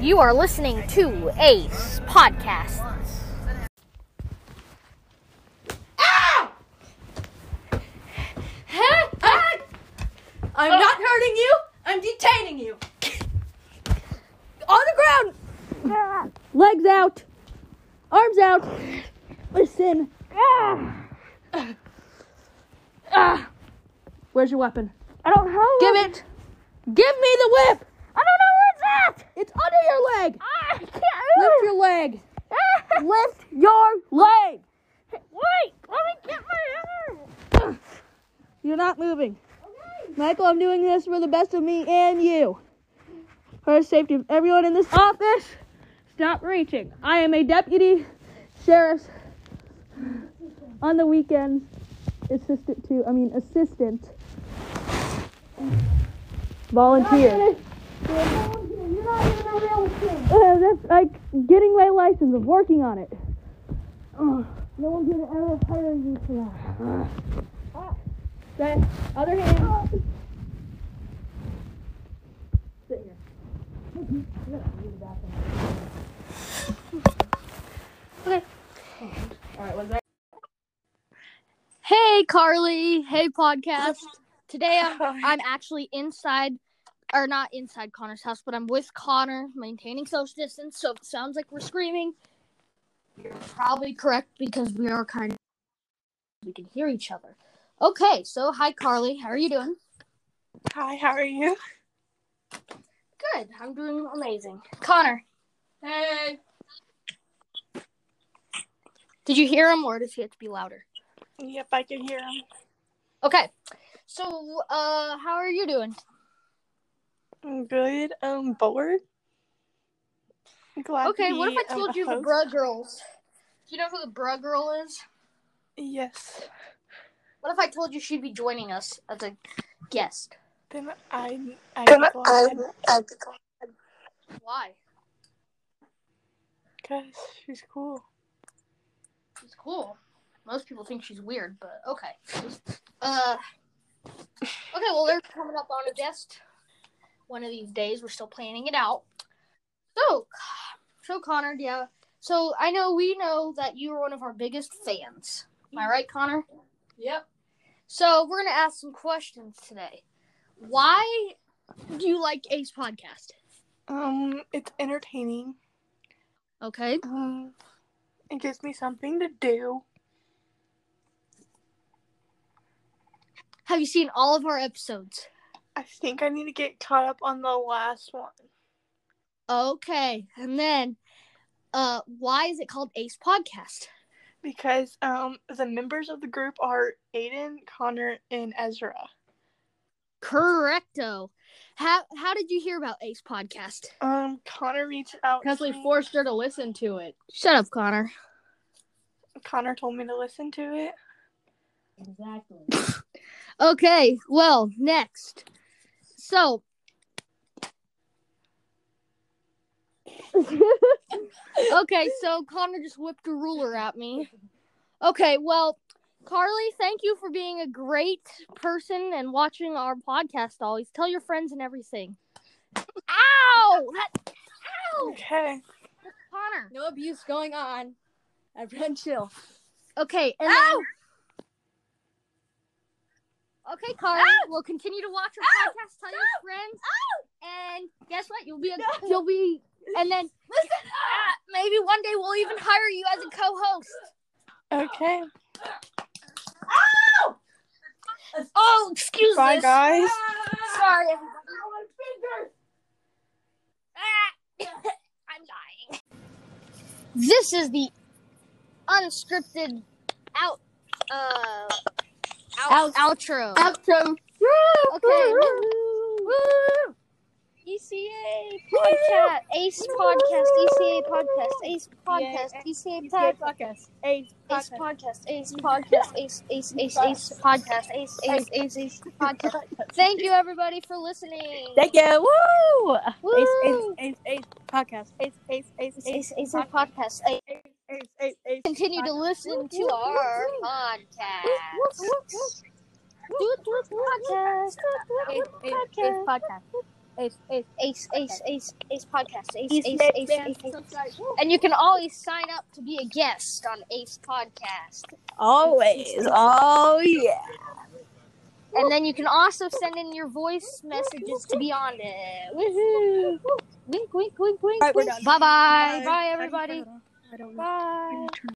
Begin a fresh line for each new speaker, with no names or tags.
You are listening to Ace Podcast.
I'm not hurting you. I'm detaining you. On the ground. Legs out. Arms out. Listen. Ah. Ah. Where's your weapon?
I don't know.
Give it. Give me the whip.
I don't know what's that.
It's under your leg.
I can't.
Lift your leg. Lift your leg.
Wait, let me get my arm.
You're not moving. Michael, I'm doing this for the best of me and you. For the safety of everyone in this office, stop reaching. I am a deputy sheriff on the weekends, assistant to, I mean, assistant volunteer.
You're not even a real kid.
Uh, that's like getting my license, of working on it. Ugh.
No one's gonna ever hire you for that.
That other hand.
Oh,
Sit here.
Okay.
All right, was that?
Hey, Carly. Hey, podcast. Today I'm I'm actually inside, or not inside Connor's house, but I'm with Connor, maintaining social distance. So if it sounds like we're screaming, you're probably correct because we are kind of we can hear each other. Okay, so hi, Carly. How are you doing?
Hi, how are you?
Good. I'm doing amazing. Connor,
Hey.
did you hear him, or does he have to be louder?
Yep, I can hear him.
Okay. So, uh, how are you doing?
I'm good. I'm bored. Glad
Okay,
to
what if
be,
I
um,
told
a
you the
host.
Bruh Girls? Do you know who the Bruh Girl is?
Yes.
What if I told you she'd be joining us as a guest?
Then I. I
Why?
Because she's cool.
She's cool. Most people think she's weird, but okay. Uh, okay, well, they're coming up on a guest one of these days. We're still planning it out. So, so Connor, yeah. So I know we know that you are one of our biggest fans. Am I right, Connor?
Yep.
So we're gonna ask some questions today. Why do you like Ace Podcast?
Um, it's entertaining.
Okay.
Um, it gives me something to do.
Have you seen all of our episodes?
I think I need to get caught up on the last one.
Okay. And then, uh, why is it called Ace Podcast?
Because um, the members of the group are Aiden, Connor, and Ezra.
Correcto. How how did you hear about Ace Podcast?
Um, Connor reached out.
Because
to
we
me.
forced her to listen to it.
Shut up, Connor.
Connor told me to listen to it.
Exactly.
Okay. Well, next. So, okay, so Connor just whipped a ruler at me. Okay, well, Carly, thank you for being a great person and watching our podcast always. Tell your friends and everything. Ow! That, ow!
Okay.
Connor.
no abuse going on. Everyone chill.
Okay, and
Ow!
then- Okay, Carly, we'll continue to watch our
Ow!
podcast, tell your friends, and guess what? You'll be a, you'll be, and then listen. maybe one day we'll even hire you as a co-host.
Okay.
Oh, excuse
Bye,
this.
guys.
Sorry, everybody. Ah, I'm dying. This is the unscripted out uh out, outro.
Outro.
Okay. ECA E podcast, Ace podcast, ECA podcast, Ace podcast, ECA podcast. Ace E podcast, Ace podcast, Ace, Ace, Ace, Ace podcast, Ace, Ace, Ace, Ace podcast. Thank you everybody for listening.
Thank you. Woo! Ace, ace,
Woo!
ace, ace, podcast. Ace, ace, ace, ace,
Ace, Ace podcast. Ace.
ace, ace, ace.
Continue to listen to our podcast.
Ace, ace, ace, podcast.
Ace, ace, ace, ace, ace, ace podcast. Ace, ace,
He's
ace,
made
ace,
man
ace,
subscribe.
And you can always sign up to be a guest on Ace Podcast.
Always. Oh yeah.
And then you can also send in your voice messages to be on it. Woohoo! Wink, wink, wink, wink.
All right, we're
wink.
done.
Bye bye. Bye, everybody.
I don't know.
Bye.